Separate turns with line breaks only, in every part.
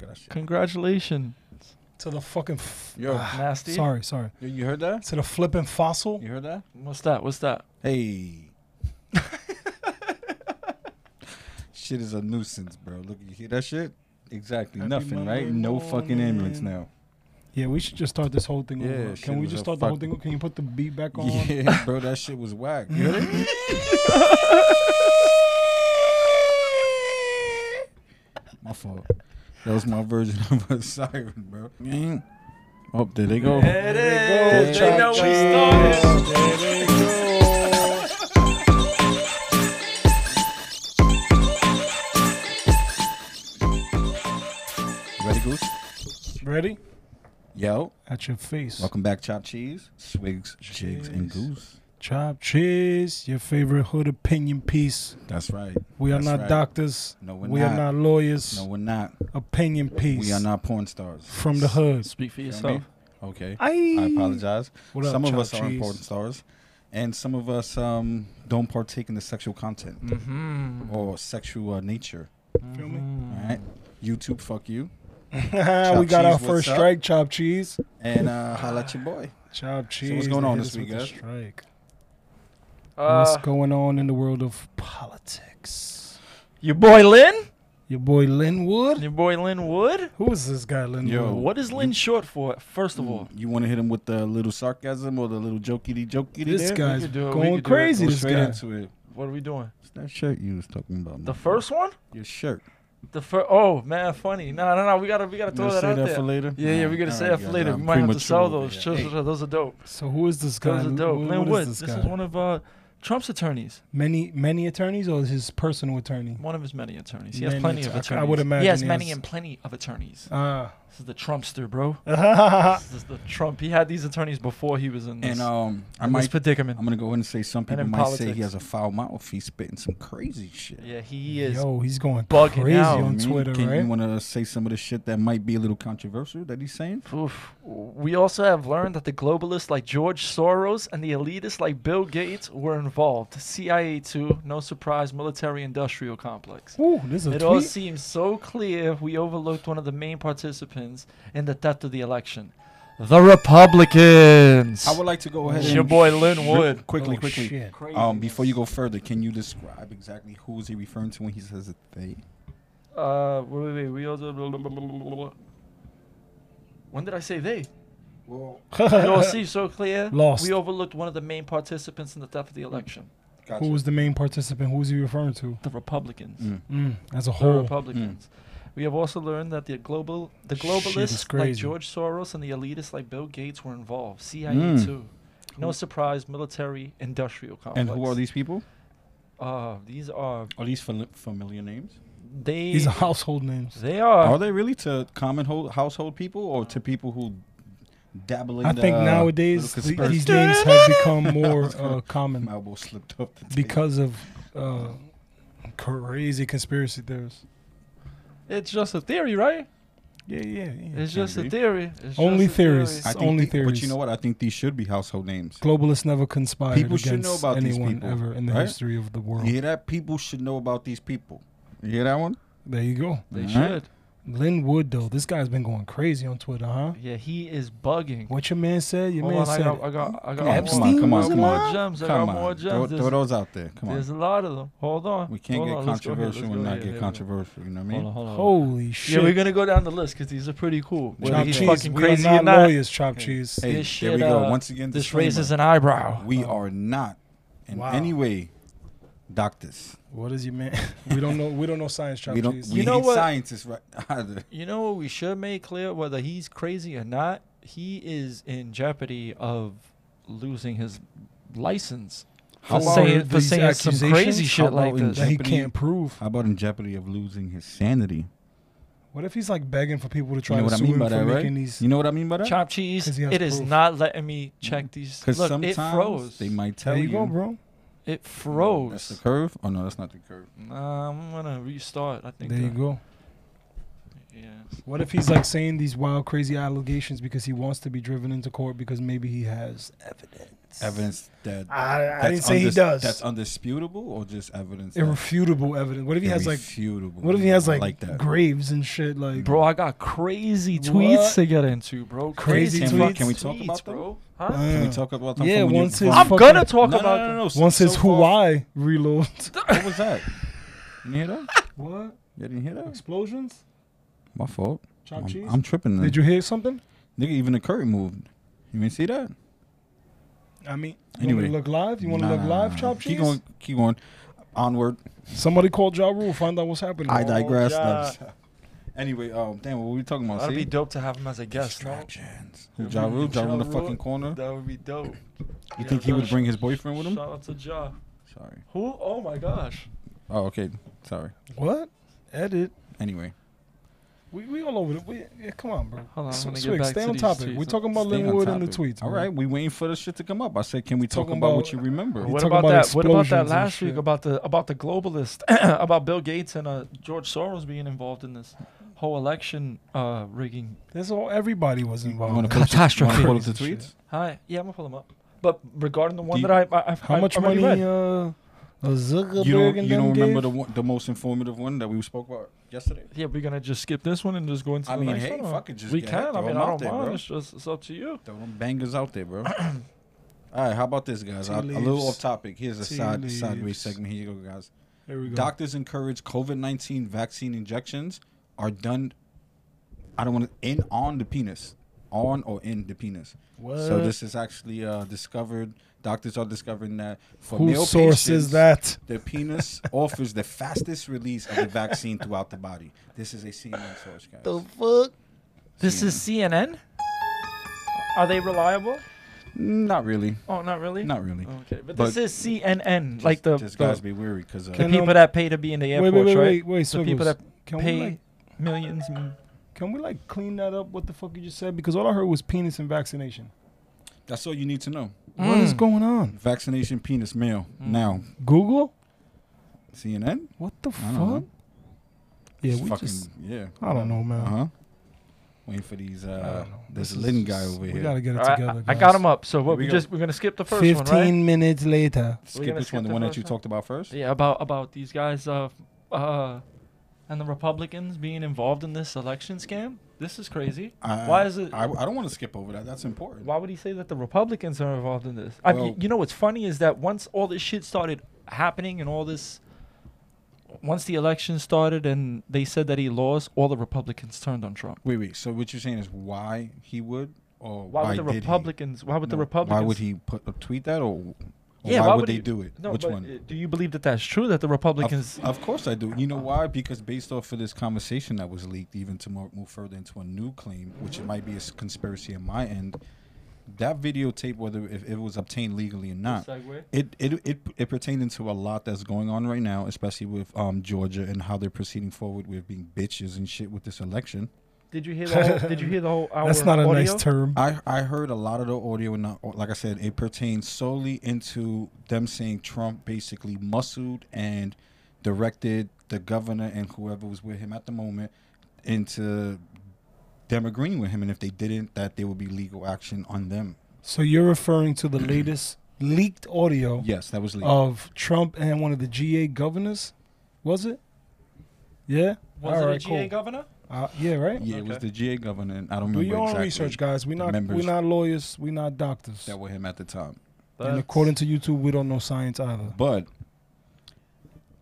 at that shit.
Congratulations, Ah,
To the fucking. F-
Yo,
nasty.
sorry, sorry.
yo, you heard that?
To the flipping fossil.
You heard that?
What's that? What's that?
Hey. shit is a nuisance, bro. Look, you hear that shit? Exactly.
Happy
Nothing, right?
Monday
No fucking ambulance now.
Yeah, we should just start this whole thing
Yeah,
over.
shit
Can we
was
just
a
start the whole
fuck-
thing? over? Can you put the beat back on?
Yeah, bro, that shit was whack. You heard it? my fault. That was my version of a siren, bro. Oh, there they go.
It is.
They know
we
Ready, Goose?
Ready?
Yo,
At your face.
welcome back, Chopped Cheese, Swigs, Jigs, and
Cheese.
Goose.
Chop cheese. Your favorite hood opinion piece.
That's right.
We are
That's
not
right.
doctors.
No, we're
We
not.
are not lawyers.
No, we're not.
Opinion piece.
We are not porn stars.
from the hood.
Speak for
Feel me?
yourself.
Okay.
I,
I apologize.
What up,
some of
Chopped
us are
Cheese?
important stars, and some of us um, don't partake in the sexual content
Mm.
Mm-hmm.
or sexual uh, nature.
Feel me?
All right. YouTube, fuck you.
we got
cheese,
our first
what's up?
strike. Chop cheese.
And uh, holla at your boy.
Chop cheese.
what's going
they
on
hit
this
us with
week,
the
guys?
Strike.
Uh, Mm-hmm.
What's going on in the world of politics?
your boy Lynn.
Your boy Linwood.
Your boy Lynn Wood.
Who is this guy, Linwood?
Yo. Mm.
What is Lynn short for? First of all,
You want to hit him with the little sarcasm or the little jokey jokey?
This guy's
could do it, we
going
could do it.
crazy.
Go
This
straight
guy.
into it.
what are we doing?
It's that shirt you was talking about.
The
man.
first one?
Your shirt.
The first? Oh man, funny. No, no, no. We gotta, we gotta
You
throw
gonna
that
say
out
that
there.
for later?
Yeah, yeah.
Nah,
We gotta
all
say
right,
that for
yeah,
later.
I'm
we might have to
premature
sell
over
those.
here.
Those,
Hey,
are- those are dope.
So who is this guy?
Those are
Who-
dope.
who-
Lynn
what
Wood.
Is
This,
this, guy?
is one of uh, Trump's attorneys.
many many attorneys, or his personal attorney?
One of his many attorneys. He has
Many
plenty of
att-
attorneys.
I would imagine
He has
he
many
has-
and plenty of attorneys.
Ah,
This is the Trumpster, bro.
uh,
This is the Trump. He had these attorneys before he was in this,
And um, I
in this
might.
predicament.
I'm gonna go ahead and say some people
in
might say he
politics.
has a foul mouth. He's spitting some crazy shit.
yeah, he is.
yo, he's going
Bugging
crazy
out.
You know what I
on
mean?
Twitter,
Oh, Can
right?
you want to say some of the shit that might be a little controversial that he's saying?
Oof. We also have learned that the globalists like George Soros and the elitists like Bill Gates were involved. CIA too, no surprise, military industrial complex.
Ooh, this is a
It all
tweet.
seems so clear we overlooked one of the main participants in the theft of the election. The Republicans.
I would like to go ahead.
It's
and
your boy Lynn
Real
Wood.
Quickly,
Oh,
quickly.
shit.
Um, before you go further, can you describe exactly who is he referring to when he says that they?
Uh, wait, wait, wait. We also. blah, blah, blah, blah, blah, blah. When did I say they?
Well,
It all seems so clear.
Lost.
We overlooked one of the main participants in the theft of the election.
gotcha.
Who was the main participant? Who was he referring to?
The Republicans.
Mm.
Mm, as a
the
whole.
Republicans. We have also learned that the global, the
Shit, it's
globalists like
crazy.
George Soros and the elitists like Bill Gates were involved. CIA
Mm.
too. No surprise, military industrial complex.
And who are these people?
Uh, these are
Are these fam- familiar names?
they.
These are household names.
they are.
Are they really to common ho- household people or to people who dabble in?
I think
uh,
nowadays
little
th-
conspiracy-
these names have become more uh,
My
common
elbow slipped up. The table.
because of uh, crazy conspiracy theories.
It's just a theory, right?
Yeah, yeah, yeah.
It's just a
be.
theory. It's
Only
just a theory.
theorists.
I
it's
think
only
the- But you
theories.
know what? I think these should be household names.
Globalists never conspired
People should
against
know about these
anyone
people,
ever in the
right?
history of the world.
You hear that? People should know about these people. You hear that one?
There you go.
They
Alright.
should.
Lynn Wood though, this guy's been going crazy on Twitter, huh?
Yeah, he is bugging.
What your man said? Your
Hold
man
on, Oh, I
said
got, I got, I got
Come on, come on,
Epstein
come
was
on, come
more
on.
gems. I got
Come
more
on.
gems.
Throw,
there's,
throw those out there. Come
there's
on.
a lot of them. Hold on.
We can't
Hold
get
on, let's go here,
controversial
let's
and
go
not
here,
get
here we go.
controversial. You know what I
Hold
mean?
on, hold on.
Holy shit.
Yeah, we're gonna go down the list because these are pretty cool.
Chop
Whether
Chop
he's
cheese.
fucking
we
crazy
are
or
not
not,
lawyers, chop cheese.
Hey,
This
there
shit,
we go.
uh,
Once again,
this
disclaimer.
raises an eyebrow.
We are not in
Wow.
any way doctors.
What is your man? we don't know. We don't know science, chop
we don't.
cheese.
We
You know
ain't
what?
scientists, right? Either.
You know what we should make clear? Whether he's crazy or not, he is in jeopardy of losing his license
How
for
about
saying, for
these
saying some crazy
accusations?
How
shit like
about in
this.
that he
Jeopardy.
can't prove.
How about in jeopardy of losing his sanity?
What if he's like begging for people to
You
try
know what
to
I
sue
mean
him
by
for
that, right?
making these?
You know what I mean by that?
Chop cheese.
'Cause he has
It is
proof.
not letting me check these.
Because
Look, it
Mm-hmm. sometimes
froze.
they might tell
there you go,
you
bro.
That's the
It froze.
curve? Oh no, that's not the curve. uh,
Nah, I'm gonna restart. I think.
There you
that-
go.
Yes.
What if he's like saying these wild, crazy allegations because he wants to be driven into court because maybe he has evidence?
Evidence that
I, I
that's
didn't say he
undis-
does.
That's undisputable or just evidence. that-
Irrefutable evidence. What if he has like?
irrefutable.
What if he has
I
like,
that?
graves and shit? Like,
Bro, I got crazy
What?
tweets to get into, bro.
Crazy
Crazy,
Can we-
tweets.
can we talk about them?
bro? Huh?
Uh,
Can we talk about them?
Yeah,
from when you-
once
from-
his
I'm
fucking-
gonna talk
No, no,
about
no, no,
them.
no. So-
once his
so far-
Hawaii reload.
What was that? You didn't hear that?
what
You didn't hear that?
explosions?
My fault.
Chopped
I'm,
cheese?
I'm tripping. Then.
Did you hear something?
Nigga, even the curtain moved. You didn't see that?
I mean, you
Anyway.
want to look live? You want to
Nah,
look
nah,
live?
nah.
Chop
Keep
cheese.
going. Keep going. Onward.
Somebody called Ja Rule. Find out what's happening.
I digress.
yeah.
That's- Anyway, um, damn, what were we talking about?
That'd
See?
be dope to have him as a guest, no?
Distractions. Who, Ja Rule? Ja Rule in the
Ja Rule.
fucking corner.
That would be dope.
You think he would bring his boyfriend with him?
Shout out to Ja.
Sorry.
Who? Oh my gosh.
Oh, okay. Sorry.
What? Edit.
Anyway,
We, we all over the. We, yeah, come on, bro.
Hold on,
S-
I'm gonna get
Swig,
back
stay
to
on
these
topic.
tweets.
We're talking about
stay on
Linwood and the
topic.
tweets.
All
bro.
right, we waiting for the shit to come up. I said, can we talk
Talking
about, what
about-
you remember?
He
What
talk
about,
about
that? What about
explosions
that
and
last week
shit.
about the about the globalist, about Bill Gates and uh, George Soros being involved in this whole election uh, rigging?
That's all. Everybody was
You wanna
involved.
pull up the- you wanna
Catastrophe.
pull up the
Shit.
tweets?
Hi, yeah, I'm gonna pull them up. But regarding the one
Do you-
that I, I, I
How
I
much
already
money?
read.
Uh, Zuckerberg
You don't,
and
you don't
them
remember
gave?
the one, the most informative one that we spoke about yesterday?
uh,
Yeah, we're gonna just skip this one and just go into
I
the
mean,
next
hey,
one. or-
fuck it, just
we
get
can.
it,
I
throw
mean,
'em
I
out
don't
there,
mind.
bro.
It's just it's up to you.
Throw them bangers out there, bro. All right, how about this, guys?
Tea
A, a little
leaves.
off topic. Here's a
Tea
side, sideways
leaves.
segment. Here you go, guys.
Here we go.
Doctors encourage COVID 19 vaccine injections are done, I don't want to, in on the penis. On or in the penis. So
What?
this is actually uh, discovered. Doctors are discovering that for
Who
male patients,
sources that?
the penis offers the fastest release of the vaccine throughout the body. This is a CNN source, guys.
fuck?
This is CNN. Are they reliable?
Not really.
Oh, not really.
Not really.
Uh,
Okay, but,
But-
this is CNN, like the,
just
the,
guys be weary because uh,
the
Can-
people
um,
that pay to be in the
wait,
airports,
wait, wait,
right?
wait, wait.
the people
Swiggles.
that
can
pay
we like,
millions. mm.
can we like clean that up? What the fuck you just said? Because all I heard was penis and vaccination.
that's all you need to know.
What is
Mm.
going on?
Vaccination penis male
Mm.
now.
Google?
CNN.
What the
I don't know.
fuck? Yeah,
It's
we
fucking
just.
yeah.
I don't know, man.
Uh
Uh-huh.
huh. Waiting for these
I
uh
don't know.
this
is
Lynn guy
just-
over
we
here.
gotta get it
All right,
together.
I, I got
guys.
them up. So what?
we
We
go.
just we're gonna skip the first one,
Fifteen
right?
minutes later.
We're
Skip
gonna
which
skip
one? The
the
one that
first
you
one?
talked about first.
Yeah, about about these guys, uh, uh, and the Republicans being involved in this election scam. This is crazy.
I,
Why is it-
I, I don't want to skip over that. That's important.
Why would he say that the Republicans are involved in this? I
Well-
mean, you know what's funny is that once all this shit started happening and all this, once the election started and they said that he lost, all the Republicans turned on Trump.
Wait, wait. So what you're saying is why he would or
Why,
why,
would the
did he?
Republicans? Why would the
No,
Republicans?
Why would he put a tweet that or, or
Yeah,
why,
why
would,
would
they
he-
do it?
No,
Which
but,
one?
uh, Do you believe that that's true that the Republicans?
Of, of course I do. You know why? Because based off of this conversation that was leaked, even to mo- move further into a new claim, which it might be a s- conspiracy on my end, that videotape, whether if it was obtained legally or not,
Segue?
it it it, it pertained into a lot that's going on right now, especially with um Georgia and how they're proceeding forward with being bitches and shit with this election.
Did you hear the whole? Did you hear the whole hour?
That's not a
audio?
nice term.
I I heard a lot of the audio, and uh, like I said, it pertains solely into them saying Trump basically muscled and directed the governor and whoever was with him at the moment into them agreeing with him, and if they didn't, that there would be legal action on them.
So you're referring to the latest leaked audio
Yes, that was legal.
of Trump and one of the GA governors, was it? Yeah.
Was it a GA governor?
Uh, yeah, right.
yeah, it was
okay.
the GA governor, and I don't
Do
remember
your own
exactly
research, guys. We're
the
not
members.
we're not lawyers. We're not doctors.
that were him at the time,
And according to YouTube, we don't know science either.
but.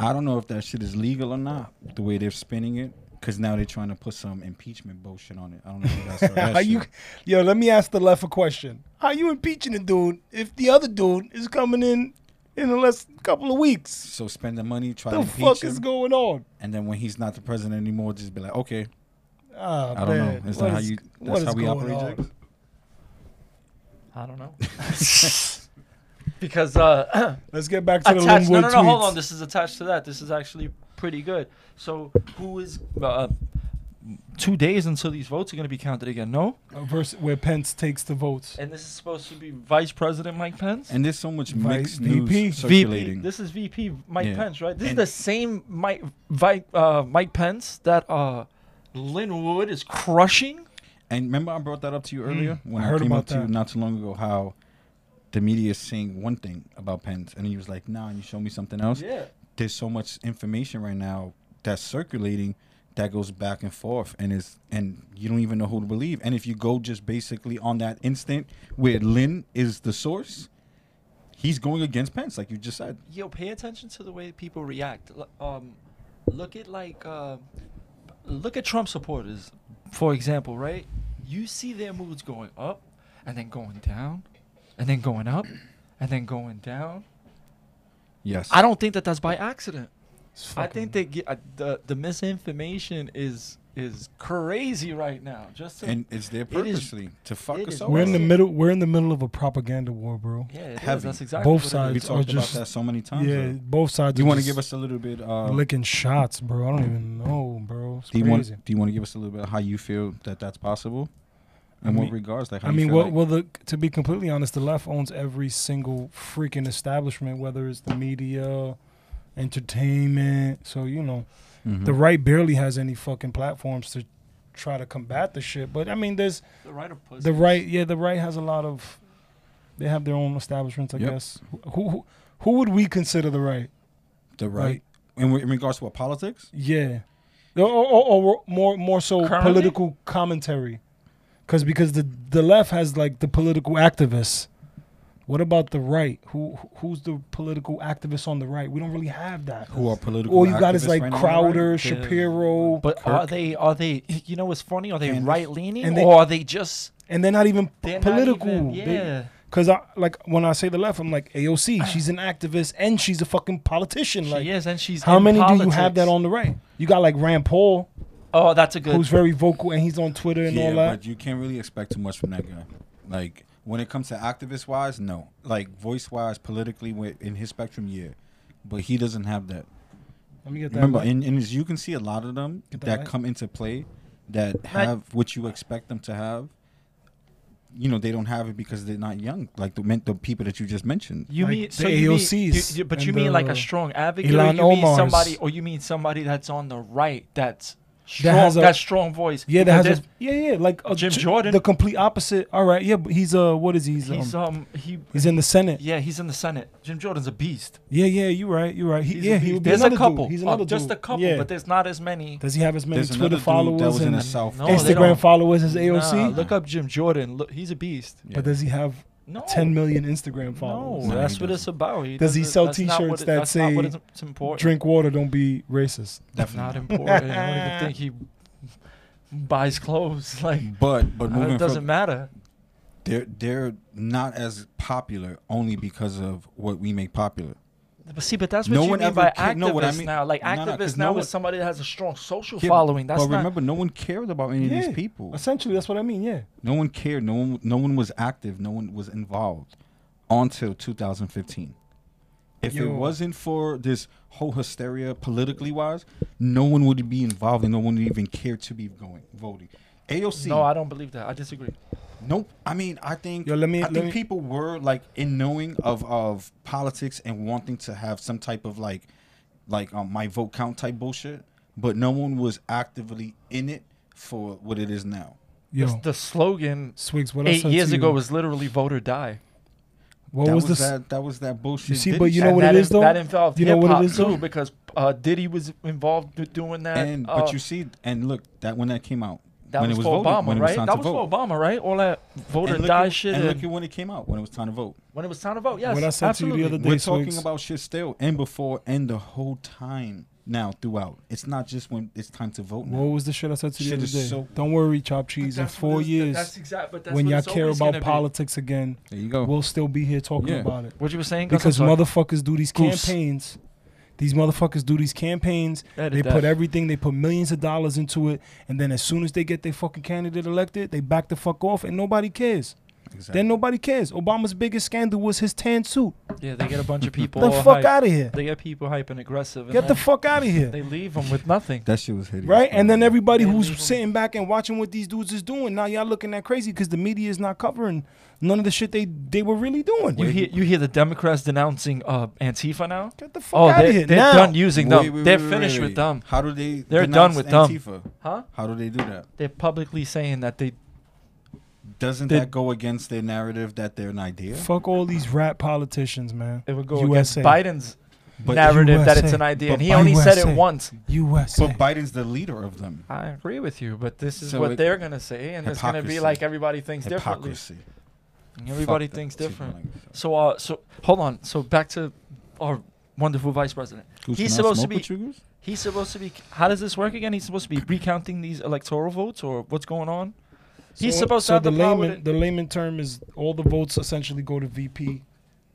I don't know if that shit is legal or not, the way they're spinning it, because now they're trying to put some impeachment bullshit on it. I don't know if you guys saw that
How
shit.
you, yo? Let me ask the left a question. How you impeaching the dude if the other dude is coming in in the last couple of weeks?
So spend the money, try to
The
impeach
fuck
him,
is going on?
and then when he's not the president anymore, just be like, okay,
Ah,
I don't know.
man,
Is
what
that how
is-
you?
what
That's
is
how we
going
operate.
on?
Jack?
I don't know. because uh,
Let's get back to the
attached.
Linwood
No, no, no. Hold
tweets.
on. This is attached to that. This is actually pretty good. So who is uh, two days until these votes are going to be counted again? No,
A verse uh, where Pence takes the votes.
and this is supposed to be Vice President Mike Pence.
And there's so much mixed
Vice VP.
news
VP,
circulating.
This is VP Mike
Yeah.
Pence, right? This
And-
is the same Mike Vi, uh, Mike Pence that uh, Linwood is crushing.
And remember, I brought that up to you earlier when
Hmm. I
I,
heard
came
about
up to you
that.
not too long ago how the media is saying one thing about Pence, and he was like, "Nah, you show me something else."
Yeah.
There's so much information right now that's circulating that goes back and forth, and is and you don't even know who to believe. And if you go just basically on that instant where Lynn is the source, he's going against Pence, like you just said.
yo, pay attention to the way people react. L- Um, look at like, uh, look at Trump supporters, for example, right? You see their moods going up, and then going down, and then going up, and then going down.
Yes,
I don't think that that's by accident.
It's
I
fucking-
think they get uh, the the misinformation is is crazy right now. Just to,
and it's there
It is-
purposely to fuck
it
us
is
up.
We're in the
Well-
middle. We're in the middle of a propaganda war, bro.
yeah, it is.
heavy.
that's exactly
Both
what it
sides
We
is.
are
talked about
just-
that so many times.
Yeah,
already.
both sides.
Do you
are
want to
just
give us a little bit? Uh,
licking shots, bro? I don't even know, bro. It's
Do you
crazy.
want Do you want to give us a little bit of how you feel that that's possible, in
I
what
mean-
regards? Like, how
I
you
mean,
feel
well,
like-
well the, to be completely honest, the left owns every single freaking establishment, whether it's the media, entertainment. So you know,
Mhm.
the right barely has any fucking platforms to try to combat the shit. But I mean, there's
The right of pussy.
the right. Yeah, the right has a lot of. They have their own establishments, I
Yep.
guess. Who, who who would we consider the right?
the right, in, re- in regards to what politics?
Yeah, or, or, or more more so
Currently?
political commentary, because because the the left has like the political activists. What about the right? Who who's the political activists on the right? We don't really have that.
Who are political?
All you got is
activists
like
right now, right?
Crowder,
Yeah.
Shapiro,
But are
Kirk.
they are they you know what's funny? Are they
Candace.
right leaning
And they-
or are they just
and they're not even
they're not
political.
even-
They-
yeah.
Cause I like when I say the left, I'm like AOC. She's an activist and she's a fucking politician. Like,
she is, and she's.
how
in
many do you have
politics.
that on the right? You got like Rand Paul,
Oh, that's a good.
who's very vocal and he's on Twitter and
Yeah,
all that.
but you can't really expect too much from that guy. Like when it comes to activist wise, no. Like voice wise, politically, wi- in his spectrum, yeah. But he doesn't have that.
Let me get that.
Remember,
right.
and, and as you can see, a lot of them
Get
that,
that right.
come into play that have what you expect them to have. You know, they don't have it because they're not young, like the men- the people that you just mentioned.
you
like
mean
the
so you mean- you-
AOCs
you- but you
and
mean like
the
a strong advocate, or
Ilhan
you mean
Omars.
somebody, or you mean somebody that's on the right, that's strong,
has a-
that's strong voice.
Yeah, that
Because
has a, yeah, yeah, like uh,
Jim
J-
Jordan.
the complete opposite. All right, yeah, but he's uh, what is he? He's,
there's- he's
um,
um he
he's in the Senate.
yeah he's in the Senate. Jim Jordan's a beast.
Yeah, yeah, you're right, you're right. He,
He's
yeah,
a
he
beast.
would be
there's a
another
couple,
dude. He's
uh,
another
just
dude.
a couple,
Yeah.
but there's not as many.
does he have as many
There's
Twitter
another dude that
followers
was in
and
the South.
No, they
Instagram
don't.
followers as AOC?
Nah, look up Jim Jordan. Look, he's a beast.
Yeah.
But does he have
No,
10 million Instagram
No,
followers?
No, he
that's what
doesn't.
it's about. He
Does he
doesn't-
sell
that's not what
t-shirts
it-
that
that's not what
say
it's- it's important?
Drink water, don't be racist.
That's
definitely.
not important. I don't even think he buys clothes. Like
But but
uh,
moving
it doesn't
from,
matter.
they're they're not as popular only because of what we make popular.
But see, but that's what
No
you
one
mean
ever
by
ca-
activists
no, what I mean-
now. Like
No, no, 'cause
activists
no
now
one-
is somebody that has a strong social
Yeah,
following. That's
but
not.
remember, no one cared about any of
Yeah.
these people.
Essentially, that's what I mean, yeah.
No one cared. No one no one was active. No one was involved until 2015. If it
Yo.
wasn't for this whole hysteria politically wise, no one would be involved and no one would even care to be going voting. AOC.
no, I don't believe that. I disagree.
Nope. I mean, I think
Yo, let me-
I
let
think
me-
people were like in knowing of of politics and wanting to have some type of like like um, my vote count type bullshit, but no one was actively in it for what it is now.
Yo,
The- The slogan
Swigs, what I
eight
said
years
to
ago
you-
was literally "Vote or Die."
what
that
was,
was,
this?
that that was that bullshit.
see,
didn't
but you know
And
what
that
it is, though?
That involved
You know what it
hip-hop
is, though?
too, because uh, Diddy was involved with doing that.
and
uh,
but you see and look that when that came out
that
when
was
it was
for
voted,
Obama,
when it was
right?
time
That
to
was
vote.
for Obama, right? All that "Vote
and
or
look
Die"
at,
shit.
and
and-
look at when it came out when it was time to vote.
When it was time to vote, yes.
What I said to you the
absolutely.
other day-
We're
Days,
talking
weeks.
about shit still and before and the whole time now throughout. It's not just when it's time to vote. now.
What was the shit I said to you the
Shit
other
is
day?
so-
Don't worry, Chop Cheese. In
That's what
four
it's-
years,
That's exact, but that's
when
what
y'all
it's
care
always
about
gonna be. Oh.
politics again,
There you go.
we'll still be here talking
Yeah.
about it.
What you were saying? Gus? I'm
Because
sorry.
motherfuckers do these
Goose.
campaigns. These motherfuckers do these campaigns.
Edit
They
that.
put everything, they put millions of dollars into it, and then as soon as they get their fucking candidate elected, they back the fuck off, and nobody cares.
Exactly.
Then nobody cares. Obama's biggest scandal was his tan suit.
Yeah, they get a bunch of people.
the
all
fuck
hype.
out of here.
They get people hype and aggressive. And
Get the
then
fuck out of here.
They leave them with nothing.
that shit was hideous.
Right? And then
every
everybody
Yeah,
who's
leave 'em.
sitting back and watching what these dudes is doing, now y'all looking at crazy because the media is not covering none of the shit they, they were really doing.
You hear you hear the Democrats denouncing uh, Antifa now.
Get the fuck
Oh,
out
they,
of here.
they're
now,
done using them. they're finished with them.
How do they?
They're
denounce
done with them.
Antifa?
Huh?
How do they do that?
They're publicly saying that they
Doesn't
They-
that go against their narrative that they're an idea?
Fuck all these rat politicians, man.
it would go against
USA.
Biden's
But-
narrative that it's
USA.
an idea,
But
and he only said
USA.
it once.
USA.
But Biden's the leader of them.
I agree with you, but this is
So
what
it-
they're gonna say, and it's gonna be
hypocrisy.
like everybody thinks differently.
Hypocrisy.
Everybody
Fuck that.
thinks
Excuse my
different.
language.
So, uh, so hold on. So back to our wonderful vice president.
Goose,
He's
can I
supposed to
smoke
be-
with you, Goose?
He's supposed to be. How does this work again? He's supposed to be recounting these electoral votes, or what's going on? He's supposed to have
the
the power with
layman.
it.
The layman term is all the votes essentially go to VP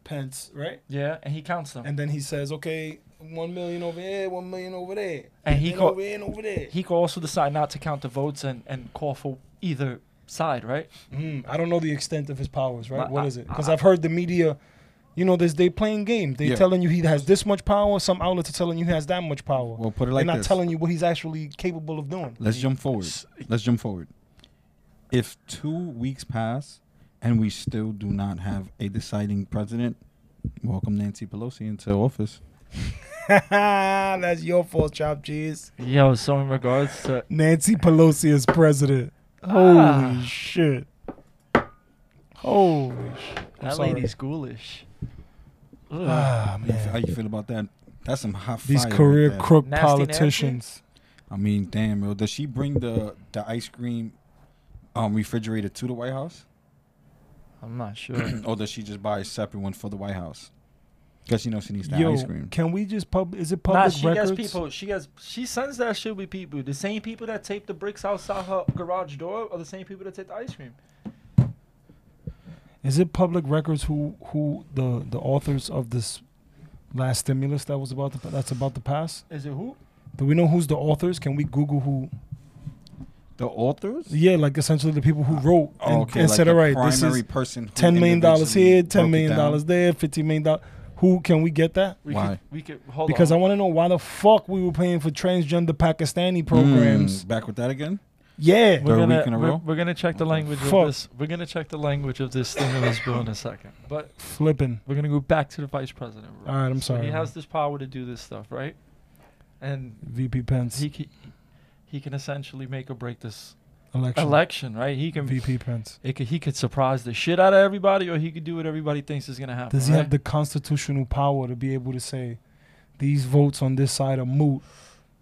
Pence, right?
Yeah, and he counts them.
And then he says, okay, one million over here, one million over there,
And he
then
call-
over here and over there.
he could also decide not to count the votes and, and call for either side, right?
Mm, I don't know the extent of his powers, right?
But
what
I-
is it? Because
I-
I've heard the media, you know, this they playing game. They
Yeah.
telling you he has this much power. Some outlets are telling you he has that much power.
Well, put it
They're
like
not
this.
telling you what he's actually capable of doing.
Let's jump forward.
S-
Let's jump forward. If two weeks pass and we still do not have a deciding president, welcome Nancy Pelosi into office.
That's your fault, Chop Cheese.
Yo, so in regards to
Nancy Pelosi is president.
Ah.
Holy shit. Holy shit. I'm
that
sorry.
lady's ghoulish. Ugh.
Ah,
How you f- How
man.
you feel about that? That's some hot
These
fire right
career
there.
crook
Nasty
politicians.
I mean, damn, bro. Does she bring the the ice cream um, refrigerator to the White House,
I'm not sure.
or does she just buy a separate one for the White House? Because you know she needs that
Yo,
ice cream.
can we just pub? Is it
nah,
public
she
records?
has people. She has. She sends that shit with people. The same people that tape the bricks outside her garage door are the same people that take the ice cream.
Is it public records who who the the authors of this last stimulus that was about to, that's about to pass?
Is it who?
Do we know who's the authors? Can we Google who?
The authors?
Yeah, like essentially the people who wrote
Oh,
and,
okay,
and
like
said,
the
"All right, this
primary
is
person who
ten million dollars
individually
here,
broke
ten
it
million
down.
dollars there, fifteen million dollars." Who can we get that?
We
Why?
Could, we could hold
Because I
on.
want to know why the fuck we were paying for transgender Pakistani programs.
Mm, Hmm, back with that again.
Yeah,
Third
we're gonna,
week in a
we're,
row?
we're gonna check the language
Fuck.
of this. We're gonna check the language of this stimulus bill in a second. But
flipping.
we're gonna go back to the vice president.
All right, I'm
So
sorry.
he
man.
has this power to do this stuff, right? And
VP Pence
he can, he can essentially make or break this
election.
election, right? He can
VP Pence.
it could, he could surprise the shit out of everybody, or he could do what everybody thinks is gonna happen.
Does he have
right?
the constitutional power to be able to say these votes on this side are moot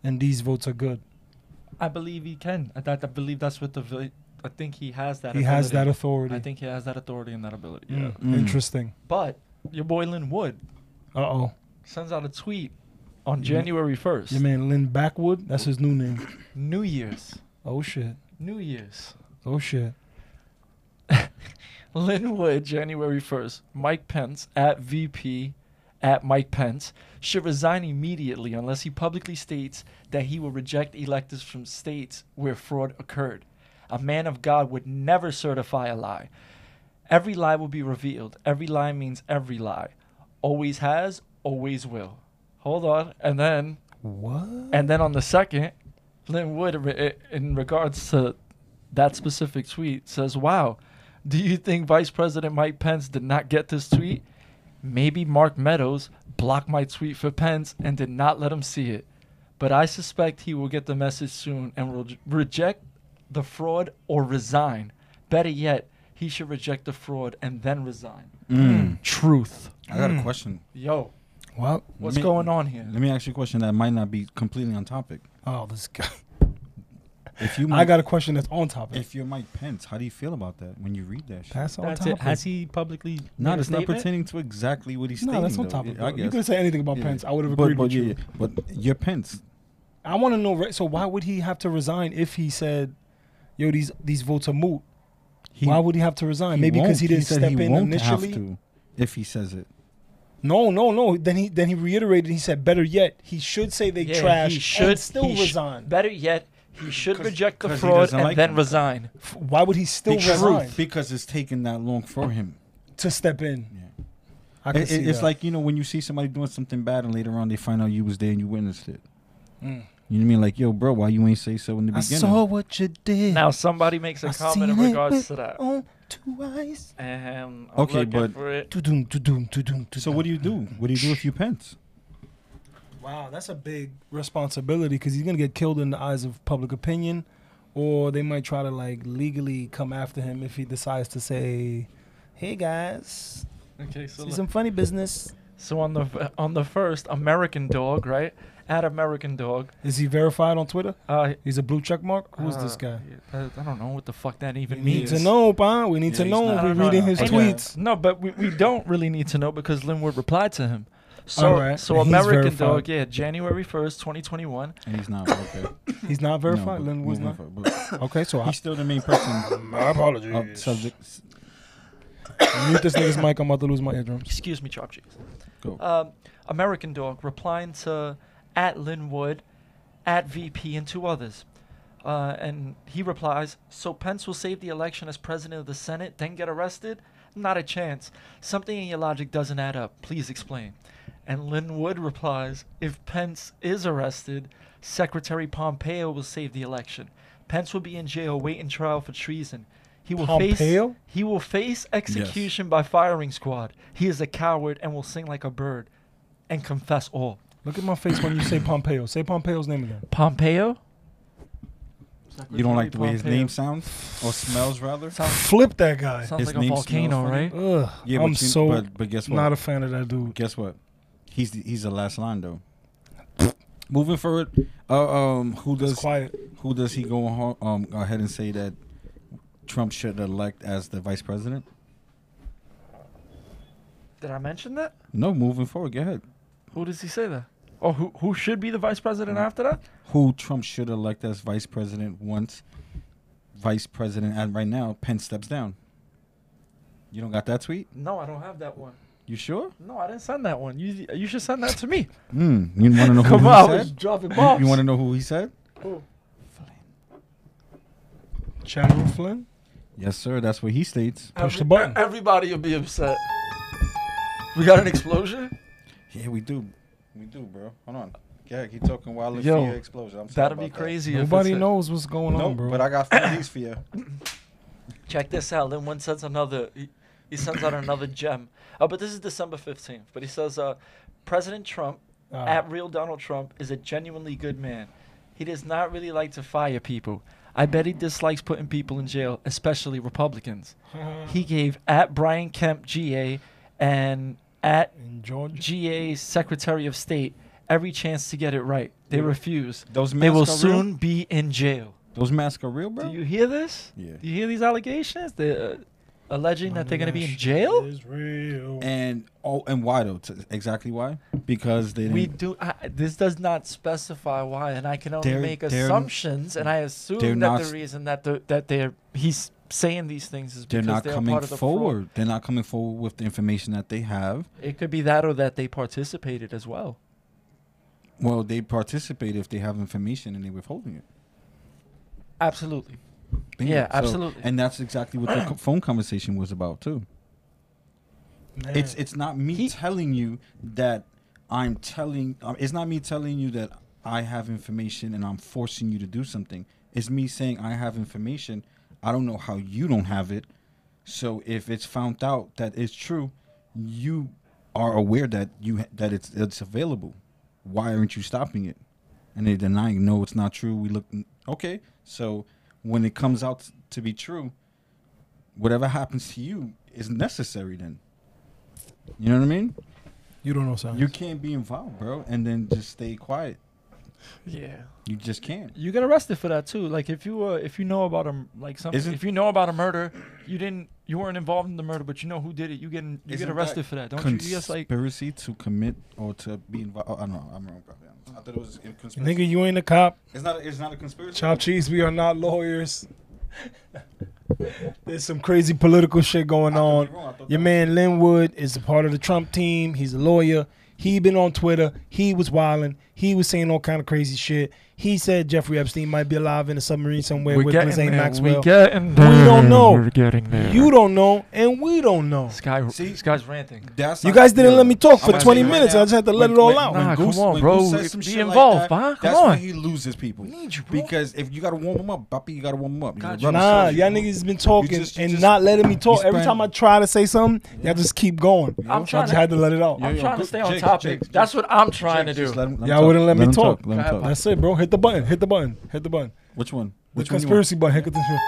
and these votes are good?
I believe he can. I, that, I believe that's what the. vi- I think he has that.
he has that authority.
I think he has that authority and that ability. Yeah.
Mm,
Mm.
Interesting.
But your boy Lynn Wood
Uh oh.
sends out a tweet on
Yeah.
January first,
Mm. Your man Lynn Backwood, that's his new name.
New Year's,
Oh shit.
New Year's.
Oh shit.
Linwood, January 1st. Mike Pence at VP at Mike Pence should resign immediately unless he publicly states that he will reject electors from states where fraud occurred. A man of God would never certify a lie. Every lie will be revealed. Every lie means every lie. Always has, always will. Hold on. And then
What?
and then on the second, Lynn Wood, re- eh, in regards to that specific tweet, says, Wow, do you think Vice President Mike Pence did not get this tweet? Maybe Mark Meadows blocked my tweet for Pence and did not let him see it. But I suspect he will get the message soon and will j- reject the fraud or resign. Better yet, he should reject the fraud and then resign.
Mm.
Truth.
I got a
Mm.
question.
Yo,
What?
what's
Me-
going on here?
Let me ask you a question that might not be completely on topic.
Oh, this guy.
If you,
I
Mike,
got a question that's on topic.
if you're Mike Pence, how do you feel about that when you read that? Shit?
that's on
That's
topic.
it. Has he publicly?
No,
made a
it's not
statement?
pertaining to exactly what he's
no,
stating.
that's on
though.
topic.
I
though. You
guess.
could have said anything about
Yeah.
Pence. I would have
But-
agreed
but
with
yeah,
you.
yeah. But you're Pence.
I want to know. Right, so why would he have to resign if he said, "Yo, these these votes are moot"?
He-
why would he have to resign?
he
Maybe
won't.
because he didn't
said
step
he
in
won't have
initially.
to if he says it.
No, no, no. Then he then he reiterated. He said, "Better yet, he should say they
Yeah,
trash
he should
and still
he sh-
resign."
better yet, He should reject the
'cause he
fraud
doesn't
and
like
then
him.
resign.
F- Why would he still
because,
resign
because it's taking that long for him.
to step in?
Yeah.
I can
It,
see
it- it's
that.
like you know when you see somebody doing something bad and later on they find out you was there and you witnessed it.
Mm.
You know what I mean? Like yo, bro, why you ain't say so in the
I
beginning?
saw what you did.
Now somebody makes a
I
comment in
seen it
regards
with
to that.
On two eyes.
Um, I'm
Okay,
looking
but-
for it.
Doo-doom, doo-doom, doo-doom,
so
doo-doom.
what do you do? What do you do if you pence?
Wow, that's a big responsibility because he's gonna get killed in the eyes of public opinion, or they might try to like legally come after him if he decides to say, "Hey guys,
Okay, so
see some funny business."
so on the f- on the first American dog, right? At American dog.
Is he verified on Twitter?
Uh,
He's a blue check mark. Who's this
uh,
guy?
yeah, I I don't know what the fuck that even
we need
means.
to know, pa. We need
Yeah,
to
he's
know.
not-
I
We're
don't know.
reading his
Okay.
tweets.
No, but we, we don't really need to know because Linwood replied to him. So
All right,
so
he's
American
verified.
dog, yeah, January first, twenty twenty one.
And he's not okay.
He's not verified.
No,
Lin
but-
was
no,
not.
but- but
Okay, so I
He's still the main person.
My apologies.
of subject.
mute this nigga's mic. I'm about to lose my eardrums.
Excuse me, Chop Cheese.
Go.
Um, American dog replying to at Linwood, at VP, and two others. Uh, and he replies, So Pence will save the election as president of the Senate, then get arrested? Not a chance. Something in your logic doesn't add up. Please explain. And Linwood replies, If Pence is arrested, Secretary Pompeo will save the election. Pence will be in jail, waiting trial for treason. He will face
Pompeo?
he will face execution by firing squad. He is a coward and will sing like a bird and confess all.
Look at my face when you say Pompeo. Say Pompeo's name again.
Pompeo?
You don't like the way his name sounds or smells, rather.
sounds?
Flip that guy.
Sounds
His
like a
name smells
volcano,
funny.
right?
Ugh,
Yeah,
I'm
but, you,
so
but, but guess what?
not a fan of that dude.
guess what? He's the, he's the last line though. Moving forward, uh, um, who
It's
does
quiet.
who does he go ho- um go ahead and say that Trump should elect as the vice president?
Did I mention that?
No, moving forward, go ahead.
Who does he say that? Oh, who who should be the vice president
Mm.
after that?
Who Trump should elect as vice president once vice president and right now Pence steps down. You don't got that tweet?
No, I don't have that one.
You sure?
No, I didn't send that one. You you should send that to me.
Hmm. You want to know who
Come
he
on, I was
said?
dropping
You,
bombs.
want to know who he said?
Chandler Flynn.
Yes, sir. That's what he states.
Push the button.
Everybody will be upset. We got an explosion.
Yeah, we do. We do, bro. Hold on. Yeah, keep talking while I look
Yo,
for your explosion. I'm sorry
That'll be
about that.
crazy. if
Nobody
it's a-
knows what's going
Nope,
on, bro.
but I got four of these for you.
Check this out. Then one sends another. He, he sends out another gem. Oh, but this is December 15th. But he says, uh, President Trump,
Ah.
at real Donald Trump, is a genuinely good man. He does not really like to fire people. I bet he dislikes putting people in jail, especially Republicans.
Uh-huh.
He gave at Brian Kemp, GA, and at
in Georgia.
GA Secretary of State every chance to get it right. They refuse.
Those
They will
masks are real?
soon be in jail.
Those masks are real, bro.
Do you hear this?
Yeah.
Do you hear these allegations? They're uh, alleging that they're going to be in jail?
Israel.
and oh, and why though? T- exactly why? Because they
We
didn't,
do. I, this does not specify why, and I can only
They're-
make
they're-
assumptions. And I assume
they're
that
not
the
s-
reason that the that they're he's saying these things is
they're
because
not
they are
coming
part of the fraud.
forward. They're not coming forward with the information that they have.
It could be that or that they participated as well.
Well, they participate if they have information and they're withholding it.
Absolutely.
Bingo.
Yeah, absolutely.
And that's exactly what the co- phone conversation was about too.
Man.
It's it's not me
He-
telling you that I'm telling. Um, it's not me telling you that I have information and I'm forcing you to do something. It's me saying I have information. I don't know how you don't have it. So if it's found out that it's true, you are aware that you ha- that it's it's available. Why aren't you stopping it? And they're denying. No, it's not true. We look okay. So when it comes out to be true, whatever happens to you is necessary. Then you know what I mean?
you don't know science.
You can't be involved, bro, and then just stay quiet.
Yeah.
You just can't.
You get arrested for that too. Like if you were, if you know about a m- like something,
Isn't-
if you know about a murder, you didn't, you weren't involved in the murder, but you know who did it. You get, in- you
Isn't
get
that
arrested for that, don't you? Yes, like
conspiracy to commit or to be involved. Oh, I don't know. I'm wrong. Probably. I thought it was a conspiracy.
Nigga, you ain't a cop.
It's not. It's not a conspiracy.
Chop cheese. We are not lawyers. There's some crazy political shit going
I could be
on.
wrong. I thought
Your
that-
man Linwood is a part of the Trump team. He's a lawyer. He been on Twitter. He was wilding. He was saying all kind of crazy shit. He said Jeffrey Epstein might be alive in a submarine somewhere with Ghislaine Maxwell.
We getting
there.
there.
We don't know. We're
We're getting there.
Mm-hmm.
you don't know, and we don't know.
This guy,
See?
this guy's ranting.
That's
You
not-
guys didn't
yo,
let me talk for
I'm
20
saying right
minutes.
now,
I just had to let
when-
it all
when-
out.
when
Nah,
Goose-
come on,
when
bro.
Goose says some
Be
shit like
involved,
that,
bro. Come
That's
on.
when he loses people.
Need you, bro.
Because if you gotta warm him up, Buppy, you gotta warm him up. You gotta
Gotcha.
rub his
Nah,
shoulders.
y'all niggas been talking
just- you
and
just-
not letting me talk.
you
Every
spend-
time I try to say something, y'all just keep going.
I'm
I
trying
just
to-
had to let it out.
Yeah.
I'm
yo,
trying
go-
to stay on
Jake,
topic.
Jake, Jake.
That's what I'm trying
Just
to do.
let him-
Y'all
talk.
wouldn't let me
him
talk.
Let him
Go ahead,
talk.
That's it, bro. Hit the button. Hit the button. Hit the button.
Which one?
The
Which one you want?
conspiracy button. Hit the conspiracy.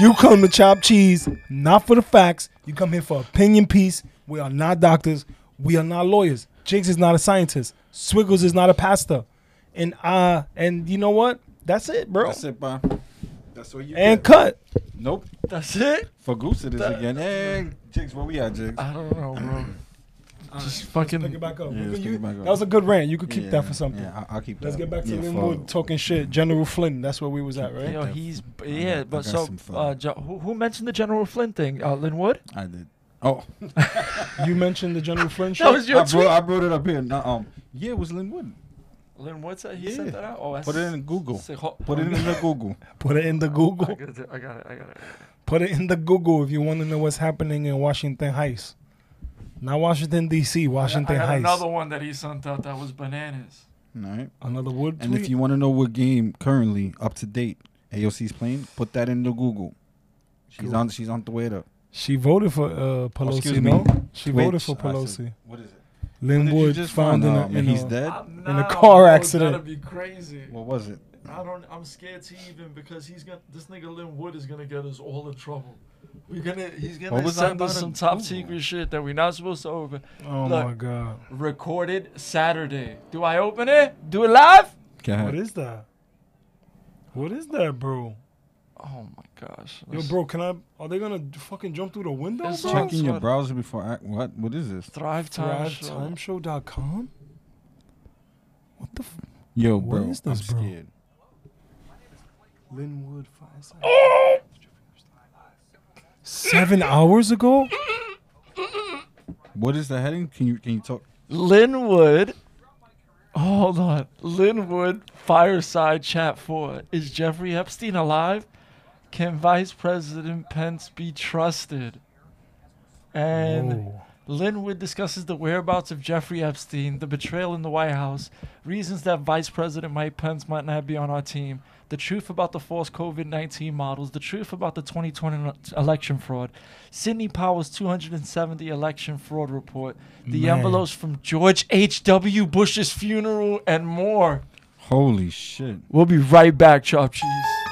You come to chop cheese, not for the facts. You come here for opinion piece. We are not doctors. We are not lawyers. Jigs is not a scientist. Swiggles is not a pastor. And uh, and you know what? That's it, bro.
That's it, bro. That's what you
And
get.
cut.
Nope.
That's it.
For Goose it is
That-
again. Hey, Jigs, where we at, Jigs?
I don't know, bro. Just fucking.
Pick it back up.
Yeah,
We
let's
can
pick
use-
it back up.
that was a good rant. You could keep
Yeah,
that for something.
Yeah, I, will keep
Let's
that.
get back to
Yeah,
yeah,
follow.
talking shit. General Flynn. That's where we was at, right?
Yo,
that.
he's
got-
yeah,
I got
but so
some fun.
uh, Jo- who, who mentioned the General Flynn thing? Uh, Linwood.
I did. Oh,
You mentioned the General Flynn shit.
That was your
I brought,
tweet.
I brought it up here. No, um, yeah, it was Linwood.
Linwood said he
Yeah.
sent that out. Oh, that's
Put it in Google.
sick. Ho-
Put it in the Google.
Put it in the
I
Google.
got it. I got it. I got it.
Put it in the Google if you want to know what's happening in Washington Heights. Not Washington D.C. Washington
I got
Heights.
another one that he sent out that was bananas.
All right.
Another wood
And
tweet.
if you want to know what game currently up to date AOC's playing, put that in the Google. She's
Cool.
on. She's on the way up.
she voted for uh, Pelosi.
excuse me.
no, she voted
Twitch,
for
I said.
Pelosi.
What is it?
Lynn
Did you
Wood
just
found
find
in,
out?
a,
man,
in uh,
he's
a-
dead.
I'm
in a
not,
car
bro,
accident.
That'd be crazy.
What was it?
I don't. I'm scared to even because he's got this nigga Lynn Wood is gonna get us all in trouble. We're gonna. He's gonna
was that
send
about
us some
in
top
Google?
secret shit that we're not supposed to open.
Oh
Look.
my god,
Recorded Saturday. Do I open it? Do it live?
Go ahead.
what is that? What is that, bro?
Oh my gosh.
Yo,
Let's-
bro, can I? Are they gonna fucking jump through the window,
It's
bro?
Checking your browser before. I, what? What is this?
Thrive time. show.
ThriveTimeshow.com? What the f-
Yo,
What
bro.
is this,
I'm
bro?
scared.
Linwood Fireside. Oh! Seven hours ago?
What is the heading? Can you can you talk?
Linwood. Hold on. Linwood Fireside Chat 4. Is Jeffrey Epstein alive? Can Vice President Pence be trusted? And
Whoa.
Linwood discusses the whereabouts of Jeffrey Epstein, the betrayal in the White House, reasons that Vice President Mike Pence might not be on our team, the truth about the false COVID 19 models, the truth about the 2020 no- election fraud, Sidney Powell's 270 election fraud report, the
Man.
envelopes from George H.W. Bush's funeral, and more.
Holy shit.
We'll be right back, Chop Cheese.